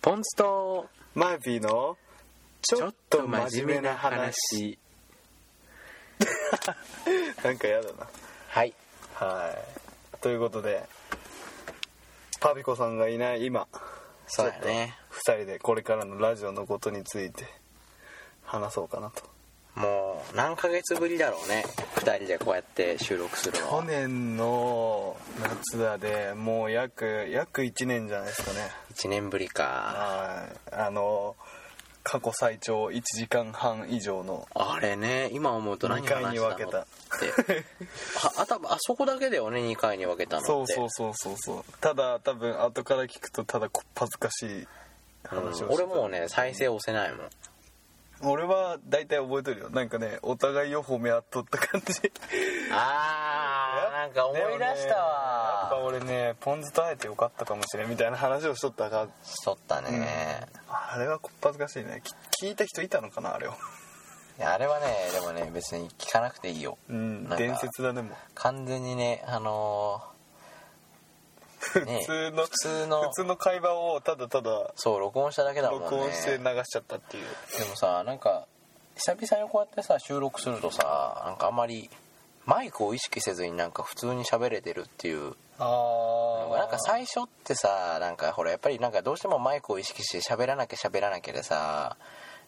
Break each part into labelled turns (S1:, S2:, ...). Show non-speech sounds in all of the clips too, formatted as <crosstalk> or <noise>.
S1: ポンスト
S2: マービーのち
S1: ち
S2: ょ
S1: ょっ
S2: っと
S1: と
S2: 真
S1: 真面
S2: 面目
S1: 目
S2: な
S1: な
S2: 話
S1: 話
S2: なんかやだな
S1: はい
S2: はいということでパピコさんがいない今ちょ
S1: そう
S2: っ
S1: だ
S2: と
S1: ね
S2: 2人でこれからのラジオのことについて話そうかなと
S1: もう何ヶ月ぶりだろうね2人でこうやって収録するの
S2: 去
S1: は
S2: 年の夏だでもう約約1年じゃないですかね
S1: 1年ぶりか
S2: はいあの過去最長1時間半以上の
S1: あれね今思うと何
S2: 2回
S1: 話
S2: に
S1: したの
S2: 分
S1: って
S2: けた
S1: ああたあそこだけだよね2回に分けたのって
S2: そうそうそうそうそうただ多分後から聞くとただこ恥ずかしい話
S1: う
S2: を
S1: ん
S2: して
S1: 俺
S2: た
S1: もうね再生押せないもん
S2: 俺は大体覚えてるよなんかねお互いを褒め合っとった感じ
S1: あーなんか思い出したわ
S2: でもねやっぱ俺ねポン酢と会えてよかったかもしれんみたいな話をしとったが
S1: しとったね
S2: あれはこっぱずかしいねき聞いた人いたのかなあれを
S1: いやあれはねでもね別に聞かなくていいよ
S2: うん
S1: なんか
S2: 伝説だねもう
S1: 完全にねあのーね
S2: 普通の
S1: 普通の
S2: 普通の会話をただただ
S1: そう録音しただけだもんね
S2: 録音して流しちゃったっていう
S1: でもさなんか久々にこうやってさ収録するとさなんかあんまりマイクを意識せずになんか普通に喋れてるっていう
S2: あ
S1: なんか最初ってさなんかほらやっぱりなんかどうしてもマイクを意識して喋らなきゃ喋らなきゃでさ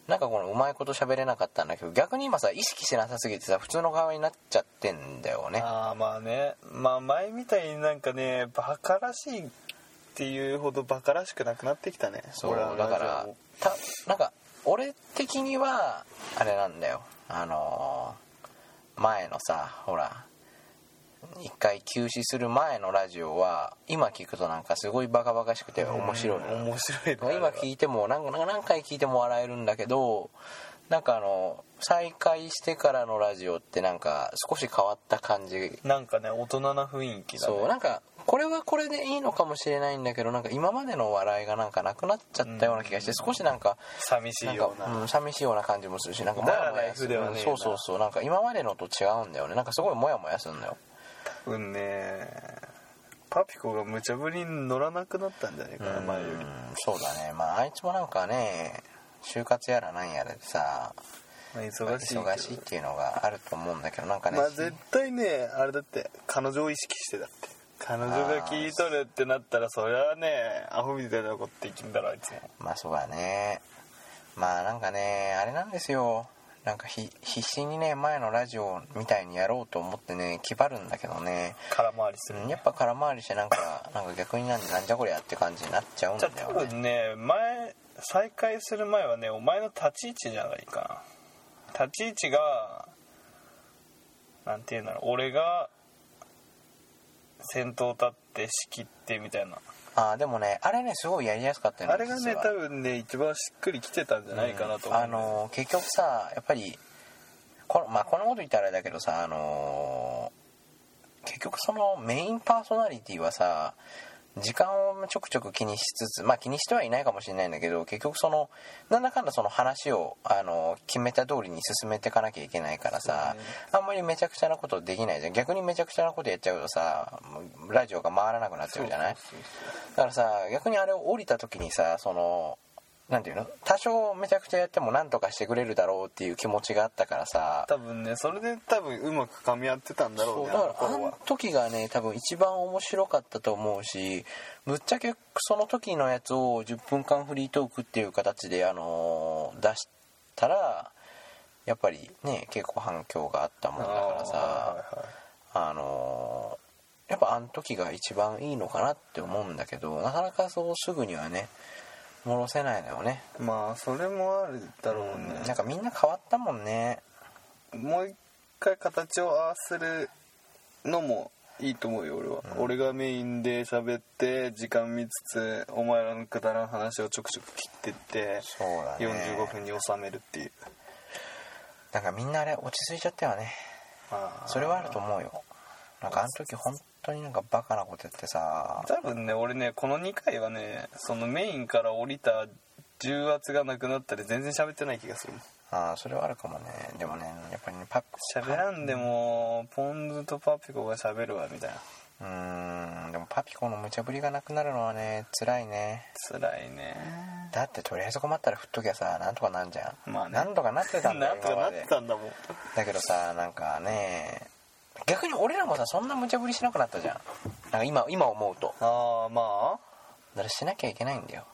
S1: なんかこのうまいこと喋れなかったんだけど逆に今さ意識しなさすぎてさ普通の会話になっちゃってんだよね
S2: あーまあねまあ前みたいになんかねバカらしいっていうほどバカらしくなくなってきたね
S1: そう
S2: 俺らの
S1: だか
S2: ラジ
S1: ら
S2: オも
S1: たなんか俺的にはあれなんだよあのー前のさほら一回休止する前のラジオは今聞くとなんかすごいバカバカしくて面白いのよ
S2: 面白いね
S1: 今聞いてもなんかなんか何回聞いても笑えるんだけどなんかあの再開してからのラジオってなんか少し変わった感じ
S2: なんかね大人な雰囲気だね
S1: そうなんかこれはこれでいいのかもしれないんだけどなんか今までの笑いがなんかなくなっちゃったような気がして少しなんか
S2: 寂し
S1: ないん
S2: よう
S1: か、
S2: な
S1: うん、寂しいような感じもするしなんかモ
S2: だから
S1: ヤモヤする
S2: ライフではねえな
S1: そうそうそうなんか今までのと違うんだよねなんかすごいモヤモヤするんだよ
S2: うんねパピコが無茶ぶりに乗らなくなったんじゃないかな前よ
S1: う
S2: り
S1: んそうだねまああいつもなんかね就活やらなんやらでさ
S2: まあ忙しいけど
S1: 忙しいっていうのがあると思うんだけどなんかね
S2: まあ絶対ねあれだって彼女を意識してだって彼女が聞いとるってなったらそりゃあねアホみたいなことできんだろあいつも
S1: まあそうだねまあなんかねあれなんですよなんかひ必死にね前のラジオみたいにやろうと思ってね気張るんだけどね
S2: 空回りする
S1: うんやっぱ空回りしてなんかなんか逆になんなんじゃこりゃって感じになっちゃうん
S2: じ
S1: だ
S2: ゃあ多
S1: よね
S2: 分ね前再開する前はねお前の立ち位置じゃないかな立ち位置がなんていうんだろう俺が先頭立って仕切ってみたいな
S1: ああでもねあれねすごいやりやすかったよね
S2: あれがね
S1: 実は
S2: 多分ね一番しっくりきてたんじゃないかなと思う、
S1: あのー結局さやっぱりこの,、まあ、このこと言ったらあれだけどさあのー結局そのメインパーソナリティはさ時間をちょくちょく気にしつつまあ気にしてはいないかもしれないんだけど結局そのなんだかんだその話を、あのー決めた通りに進めていかなきゃいけないからさ、あんまりめちゃくちゃなことできないじゃん逆にめちゃくちゃなことやっちゃうとさもうラジオが回らなくなっちゃうじゃないだからさ逆にあれを降りた時にさそのなんていうの多少めちゃくちゃやっても何とかしてくれるだろうっていう気持ちがあったからさ
S2: 多分ねそれで多分うまく噛み合ってたんだろう
S1: そう
S2: ね
S1: だ
S2: あ
S1: か
S2: の
S1: らあ
S2: 頃
S1: の
S2: は
S1: 時がね多分一番面白かったと思うしぶっちゃけその時のやつを10分間フリートークっていう形で、あのー出したらやっぱりね結構反響があったもんだから
S2: あ
S1: さあのーやっぱあの時が一番いいのかなって思うんだけどなかなかそうすぐにはね戻せないのよね
S2: ーまあそれもあるだろうね、
S1: なんかみんな変わったもんね
S2: もう一回形を合わせるのもいいと思うよ俺は、俺がメインで喋って時間見つつお前らのくだらん話をちょくちょく切ってって
S1: そうだね
S2: 45分に収めるっていう
S1: なんかみんなあれ落ち着いちゃったよね
S2: あー
S1: それはあると思うよなんかあの時本当になんかバカなことやってさ
S2: 多分ね俺ねこの2回はねそのメインから降りた重圧がなくなったり全然喋ってない気がするもん
S1: あーそれはあるかもねでもねやっぱりねパッ
S2: 喋らんでもポン酢とパピコが喋るわみたいな
S1: うーんでもパピコの無茶ぶりがなくなるのはね辛いね
S2: 辛いね
S1: だってとりあえず困ったら振っときゃさなんとかなんじゃん、
S2: まあね
S1: なんとか <laughs> なってたんだ
S2: <laughs> な
S1: よ
S2: んと
S1: 今
S2: か
S1: ま
S2: なっ
S1: で
S2: てたんだもん
S1: だけどさなんかね逆に俺らもさそんな無茶ぶりしなくなったじゃんなんか今今思うと
S2: ああまあ
S1: だからしなきゃいけないんだよ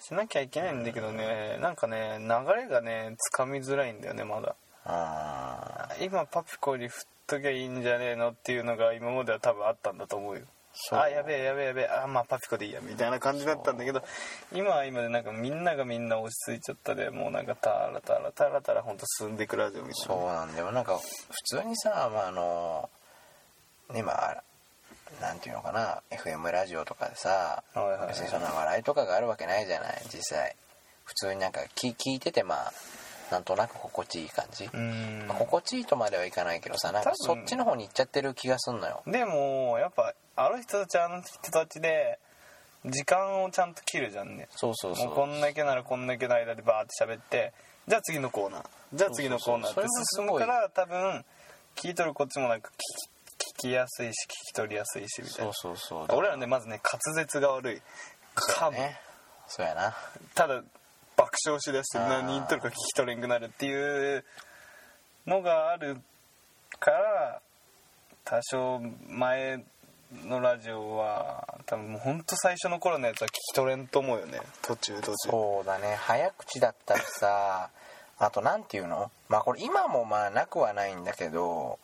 S2: しなきゃいけないんだけどねなんかね流れがねつかみづらいんだよねまだ
S1: あー
S2: 今パピコに振っときゃいいんじゃねえのっていうのが今までは多分あったんだと思うよ
S1: そう
S2: あやべえやべえやべえあまあパピコでいいやみたいな感じだったんだけど今は今でなんかみんながみんな落ち着いちゃったでもうなんかタラタラタラタラほんと進んでくラジオみたい
S1: そう
S2: な
S1: なんだよなんか普通にさまああのねまあなんていうのかな FM ラジオとかでさ
S2: はいはい
S1: 別にそんな笑いとかがあるわけないじゃない実際普通になんか聞聞いててまあなんとなく心地いい感じ、
S2: うーん
S1: まあ心地いいとまではいかないけどさなんか
S2: 多
S1: そ
S2: 分
S1: っちの方に行っちゃってる気がすんのよ
S2: でもやっぱあの人たちあの人たちで時間をちゃんと切るじゃんね
S1: そうそうそう
S2: もうこんだけならこんだけの間でバーって喋ってじゃあ次のコーナーじゃあ次のコーナーっ
S1: そう
S2: て
S1: そうそう
S2: 進むから多分聞いとるこっちもなんか聞き聞きやすいし聞き取りやすいしみたい
S1: そう
S2: な
S1: そうそう
S2: 俺らねまずね滑舌が悪い噛む、
S1: ねそうやな
S2: ただ爆笑しだして
S1: あー
S2: 何言っとるか聞き取れんくなるっていうのがあるから多少前のラジオは多分もうほんと最初の頃のやつは聞き取れんと思うよね途中途中
S1: そうだね早口だったりさ <laughs> あとなんていうのまあこれ今もまあなくはないんだけど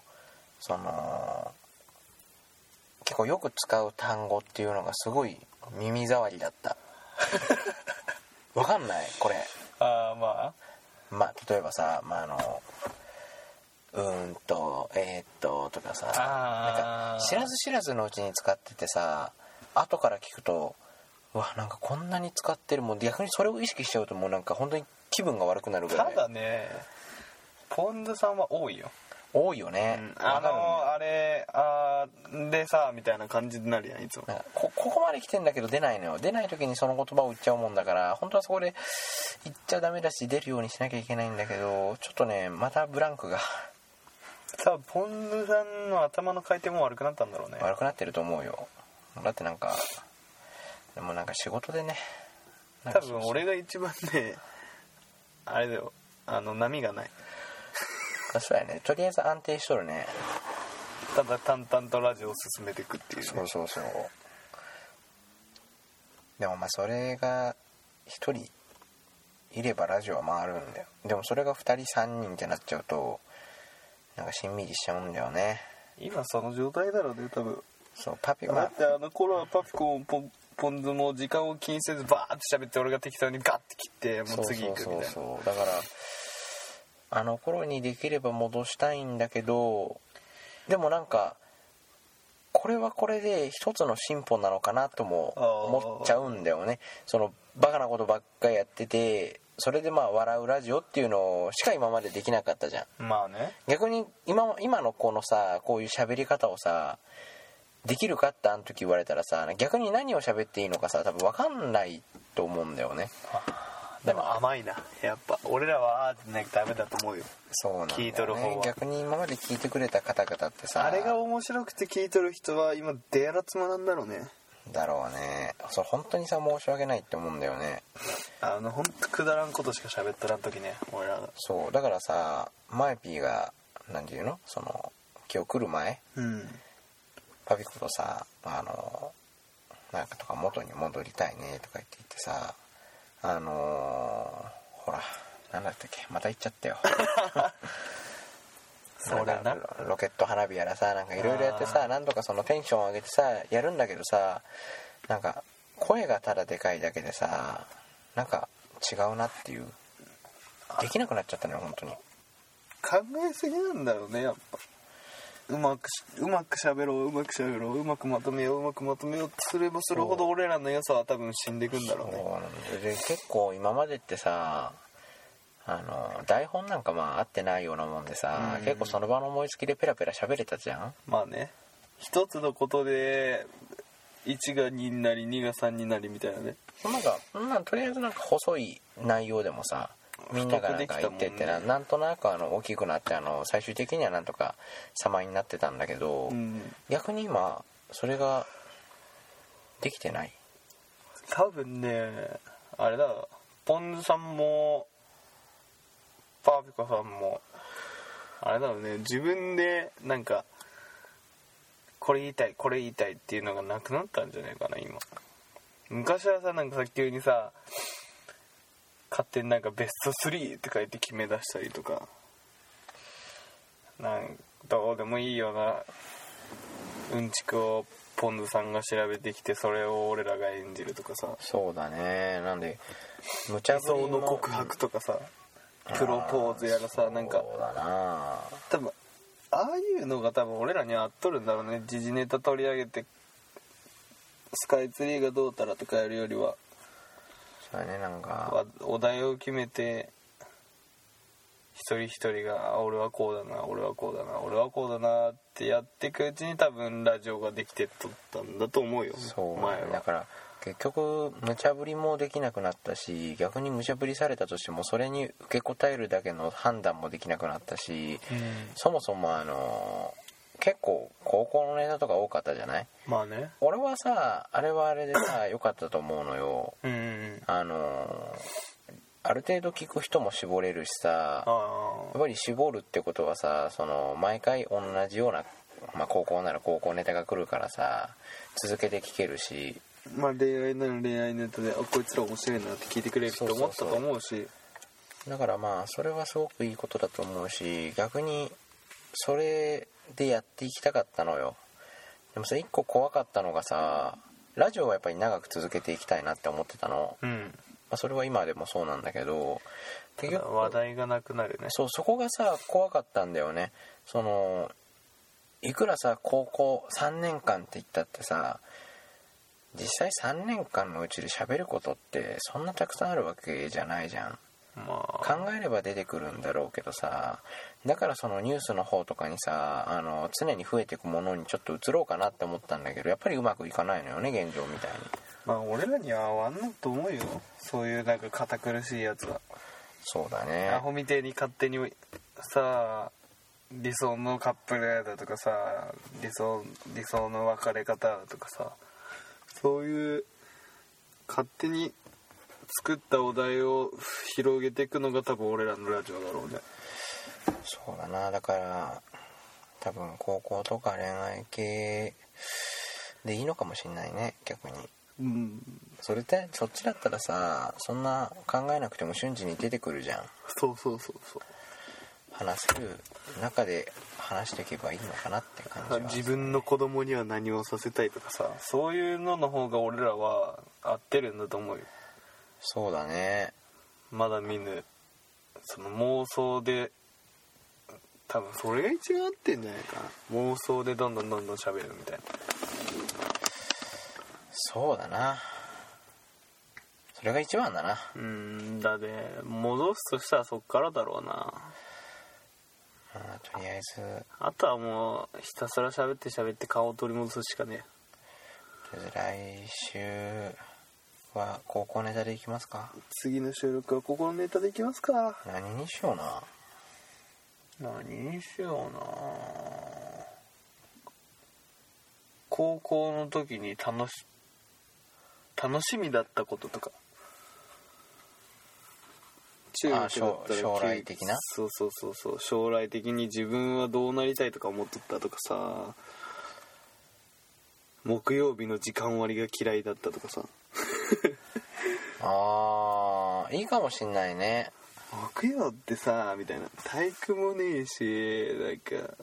S1: その結構よく使う単語っていうのがすごい耳障りだった <laughs> わかんないこれ
S2: ああまあ
S1: まあ例えばさまああのうーんとえー、っととかさなん
S2: あ
S1: か
S2: ー
S1: 知らず知らずのうちに使っててさ後から聞くとうわなんかこんなに使ってるもん逆にそれを意識しちゃうともうなんか本当に気分が悪くなるぐら
S2: た
S1: い
S2: だねポン酢さんは多いよ、
S1: 多いよね、わ
S2: あ
S1: かるんだよ
S2: のあれあーでさみたいな感じになるやんいつも
S1: なんかこここまで来てんだけど出ないのよ出ない時にその言葉を言っちゃうもんだから本当はそこで言っちゃダメだし出るようにしなきゃいけないんだけどちょっとねまたブランクが <laughs>
S2: さポン酢さんの頭の回転も悪くなったんだろうね
S1: 悪くなってると思うよだってなんかでもなんか仕事でねなん
S2: 多
S1: か
S2: 分俺が一番ねあれだよあの波がない
S1: そうやねとりあえず安定しとるね
S2: ただ淡々とラジオを進めていくっていう,、ね、
S1: そうそうそうでもまあそれが1人いればラジオは回るんだよでもそれが2人3人ってなっちゃうとなんかしんみりしちゃうんだよね
S2: 今その状態だろうね多分
S1: そうパピ
S2: だ
S1: まあ
S2: ってあの頃はパピコもポンポン酢も時間を気にせずバーって喋って俺が適当にガッて切ってもう次行くみたいな
S1: そうそうそうだからあの頃にできれば戻したいんだけどでもなんかこれはこれで一つの進歩なのかなとも思っちゃうんだよねそのバカなことばっかやっててそれでまあ笑うラジオっていうのしか今までできなかったじゃん
S2: まあね
S1: 逆に今今のこのさこういう喋り方をさできるかってあの時言われたらさ逆に何を喋っていいのかさ多分分かんないと思うんだよね
S2: でも甘いなやっぱ俺らはあーってなきゃダメだと思うよ
S1: そうなんだよ、ね、
S2: 聞いとる方は
S1: 逆に今まで聞いてくれた方々ってさ
S2: あれが面白くて聞いとる人は今デラつまなんだろうね
S1: だろうねそれ本当にさ申し訳ないって思うんだよね
S2: あのほんとくだらんことしか喋っとらん時ね俺らが
S1: そうだからさマイピーが何て言うのその今日来る前
S2: うん
S1: パピコとさあのなんかとか元に戻りたいねとか言って言ってさあのほら何だったっけまた行っちゃったよ
S2: <laughs> それ
S1: なん
S2: な
S1: かロロケット花火やらさなんかいろいろやってさなんとかそのテンション上げてさやるんだけどさなんか声がただでかいだけでさなんか違うなっていうできなくなっちゃったのよ本当に
S2: 考えすぎなんだろうねやっぱうまくしうまくしゃべろううまくしゃべろううまくまとめよううまくまとめようとすればするほど俺らの良さは多分死んでいくんだろうね
S1: そうなんだよで結構今までってさあの台本なんかまあ合ってないようなもんでさ
S2: うん
S1: 結構その場の思いつきでペラペラ喋れたじゃん
S2: まあね一つのことで1が2になり2が3になりみたいなね
S1: なんかなんとりあえずなんか細い内容でもさみんながなんか言ってってな,、
S2: 太くできたもんね
S1: なんとなくあの大きくなってあの最終的にはなんとか様になってたんだけど、
S2: うん
S1: 逆に今それができてない
S2: 多分ねあれだポンズさんもパーピコさんもあれだろうね自分でなんかこれ言いたいこれ言いたいっていうのがなくなったんじゃないかな今昔はさなんかさ急にさ勝手になんかベスト3って書いて決め出したりとかなんどうでもいいようなうんちくをポンズさんが調べてきてそれを俺らが演じるとかさ
S1: そうだねなんで無茶
S2: 理
S1: ぶり
S2: 想の告白とかさプロポーズやらさなんか
S1: そうだな
S2: 多分ああいうのが多分俺らに合っとるんだろうね時事ネタ取り上げてスカイツリーがどうたらとかやるよりは
S1: そうだねなんか
S2: わお題を決めて一人一人があ「俺はこうだな俺はこうだな俺はこうだな」ってやってくうちに多分ラジオができてっとったんだと思うよ
S1: そう
S2: 前
S1: だ
S2: は
S1: から結局無茶ぶりもできなくなったし逆に無茶ぶりされたとしてもそれに受け答えるだけの判断もできなくなったし
S2: うん
S1: そもそもあの結構高校のネタとか多かったじゃない
S2: まあね
S1: 俺はさあれはあれで
S2: <coughs>
S1: さ良かったと思うのよ
S2: うんうん
S1: あのある程度聞く人も絞れるしさ
S2: あ
S1: やっぱり絞るってことはさその毎回同じような、まあ、高校なら高校ネタが来るからさ続けて聞けるし
S2: あまあ恋愛なら恋愛ネタであこいつら面白いなって聞いてくれると思ったと思うし
S1: だからまあそれはすごくいいことだと思うし逆にそれでやっていきたかったのよでもさ一個怖かったのがさラジオはやっぱり長く続けていきたいなって思ってたの、
S2: うん
S1: まあ、それは今でもそうなんだけど
S2: た
S1: 結
S2: だ
S1: 局
S2: 話題がなくなるね
S1: そうそこがさ怖かったんだよねそのいくらさ高校3年間って言ったってさ実際3年間のうちで喋ることってそんなたくさんあるわけじゃないじゃん
S2: まあ
S1: 考えれば出てくるんだろうけどさだからそのニュースの方とかにさあの常に増えていくものにちょっと移ろうかなって思ったんだけどやっぱりうまくいかないのよね現状みたいに
S2: まあ俺らには合わんのと思うよそういうなんか堅苦しいやつは
S1: そうだ
S2: ア
S1: ね
S2: ホみてえに勝手にさ理想のカップルだとかさ理想理想の別れ方だとかさそういう勝手に作ったお題を広げていくのが多分俺らのラジオだろうね
S1: そうだなだから多分高校とか恋愛系でいいのかもしんないね逆に
S2: うん
S1: それってそっちだったらさそんな考えなくても瞬時に出てくるじゃん
S2: そうそうそうそう
S1: 話せる中で話していけばいいのかなって感じは
S2: 自分の子供には何をさせたいとかさそういうのの方が俺らは合ってるんだと思うよ
S1: そうだね
S2: まだ見ぬその妄想で多分それが一番合ってんじゃないかな妄想でどんどんどんどん喋るみたいな
S1: そうだなそれが一番だな
S2: うーんだで戻すとしたらそっからだろうな
S1: まあとりあえず
S2: あとはもうひたすら喋って喋って顔を取り戻すしかね
S1: とりあえず来週は高校ネタでいきますか
S2: え次の収録はここのネタでいきますか
S1: 何にしような
S2: 何にしような高校の時に楽し楽しみだったこととか中学だった
S1: 将
S2: ら
S1: 将来的な
S2: そうそうそうそう将来的に自分はどうなりたいとか思っとったとかさ木曜日の時間割が嫌いだったとかさ
S1: あーいいかもしんないね
S2: 木曜ってさみたいな体育もねえしなんか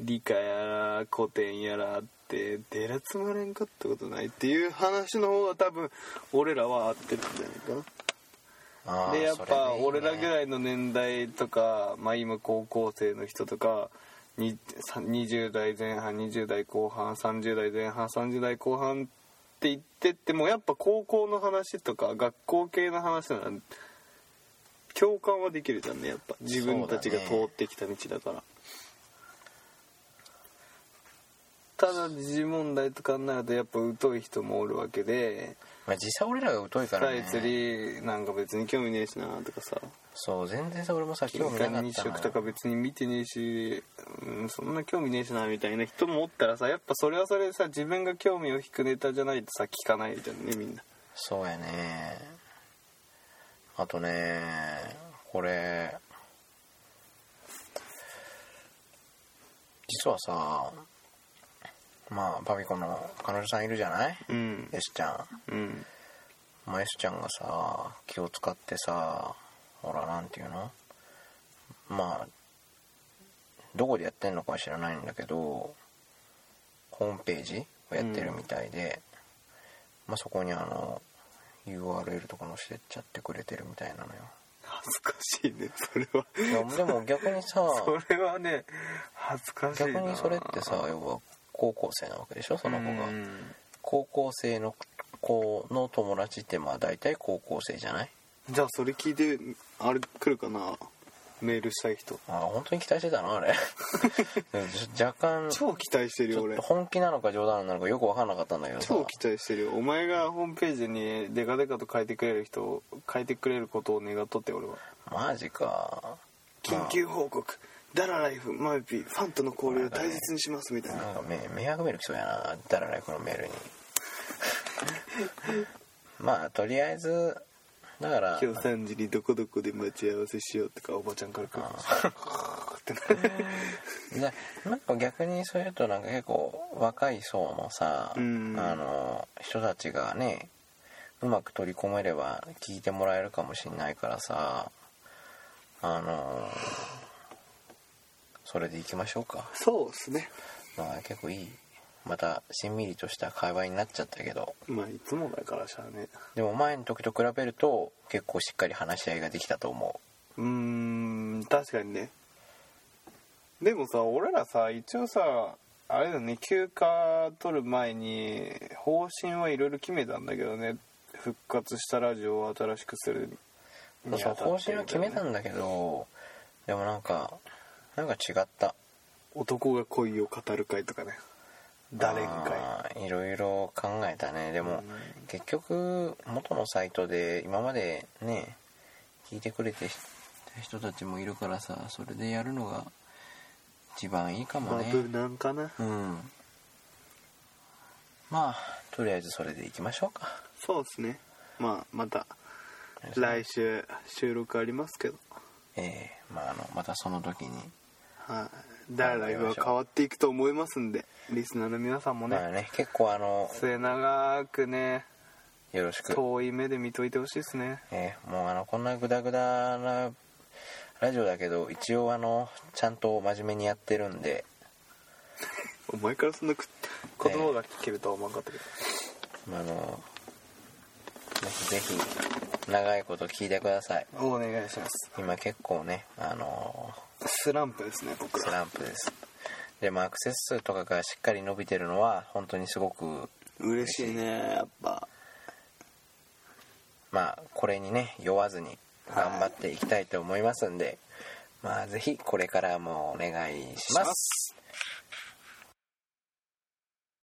S2: 理科やら古典やらあってでらつまれんかったことないっていう話の方が多分俺らは合ってるんじゃないか
S1: あ
S2: な
S1: ー
S2: でやっ
S1: それ
S2: ぱ
S1: いいね
S2: 俺らぐらいの年代とかまあ今高校生の人とかにさ20代前半20代後半30代前半30代後半って言ってってもやっぱ高校の話とか学校系の話なら共感はできるじゃんねやっぱ自分たちが通ってきた道だからただ時事問題とかになるとやっぱ疎い人もおるわけで
S1: まあ、実際俺らが疎いから
S2: 深
S1: ね
S2: い釣りなんか別に興味ねえしなとかさ
S1: そう全然さ俺もさ
S2: イ
S1: 興味なか
S2: カ
S1: ったのよ
S2: 日食とか別に見てねえし、うん、そんな興味ねえしなみたいな人もおったらさやっぱそれはそれでさ自分が興味を引くネタじゃないとさ聞かないじゃんねみんな
S1: そうやねあとねこれ実はさまあパピコの彼女さんいるじゃない
S2: うん
S1: エスちゃん
S2: うん
S1: まあ、S ちゃんがさ気を使ってさほらなんていうのまあどこでやってんのかは知らないんだけどホームページをやってるみたいで、まあ、そこにあの URL とか載せちゃってくれてるみたいなのよ
S2: 恥ずかしいねそれは
S1: いやでも逆にさ
S2: <laughs> それはね恥ずかしい
S1: 逆
S2: な
S1: にそれってさ要は高校生なわけでしょその子が
S2: うん
S1: 高校生の子の友達ってまあ大体高校生じゃない
S2: じゃあそれ聞いてあれ来るかなメールしたい人
S1: あ本当に期待してた <laughs> のあれ若干ちょ
S2: 超期待してるよ
S1: っ
S2: 俺
S1: と本気なのか冗談なのかよく分かんなかったんだけどさ
S2: 超期待してるよお前がホームページにデカデカと書いてくれる人を書いてくれることを願っとって俺は
S1: マジか
S2: 緊急報告ダラライフマイピーファンとの交流を大切にしますみたいな
S1: なんかめ迷惑メール来そうやなダラライフのメー <laughs> ルにまあとりあえずだから
S2: 今日3時にどこどこで待ち合わせしようとかおばちゃんから来るってなる
S1: ななんか逆にそういうとなんか結構若い層のさ、
S2: うん
S1: あの人たちがねうまく取り込めれば聞いてもらえるかもしんないからさあのそれでいきましょうか、
S2: そうっすね
S1: まあ、結構いいまたしんみりとした会話になっちゃったけど
S2: まあいつもだからしゃあね
S1: でも前の時と比べると結構しっかり話し合いができたと思
S2: うーん確かにねでもさ俺らさ一応さあれだね休暇取る前に方針はいろいろ決めたんだけどね復活したラジオを新しくする
S1: うそうそう方針は決めた
S2: の
S1: んだけどでもなんかなんか違った
S2: 男が恋を語る会とかね誰か
S1: あーいろいろ考えたねでも、
S2: うん
S1: 結局元のサイトで今までね聞いてくれてた人たちもいるからさそれでやるのが一番いいか
S2: ま
S1: も
S2: あ
S1: ね、
S2: 無難かな
S1: うんまあとりあえずそれでいきましょうか
S2: そうですねまあまた来週収録ありますけど
S1: ええまああのまたその時に、
S2: はい誰々が変わっていくと思いますんでリスナーの皆さんもね
S1: まあね結構あの
S2: 末永くね
S1: よろしく
S2: 遠い目で見といてほしいですね
S1: えーもうあのこんなグダグダなラジオだけど一応あのちゃんと真面目にやってるんで
S2: お前からそんなく言葉が聞けるとは思わなかったけど、
S1: あのぜひぜひ長いこと聞いてください
S2: お願いします
S1: 今結構ねあの
S2: スランプですね僕
S1: ス
S2: ら
S1: ランプですでもアクセス数とかがしっかり伸びてるのは本当にすごく
S2: 嬉しいねやっぱ
S1: まあこれにね酔わずに頑張っていきたいと思いますんで、まあぜひこれからもお願いします
S2: す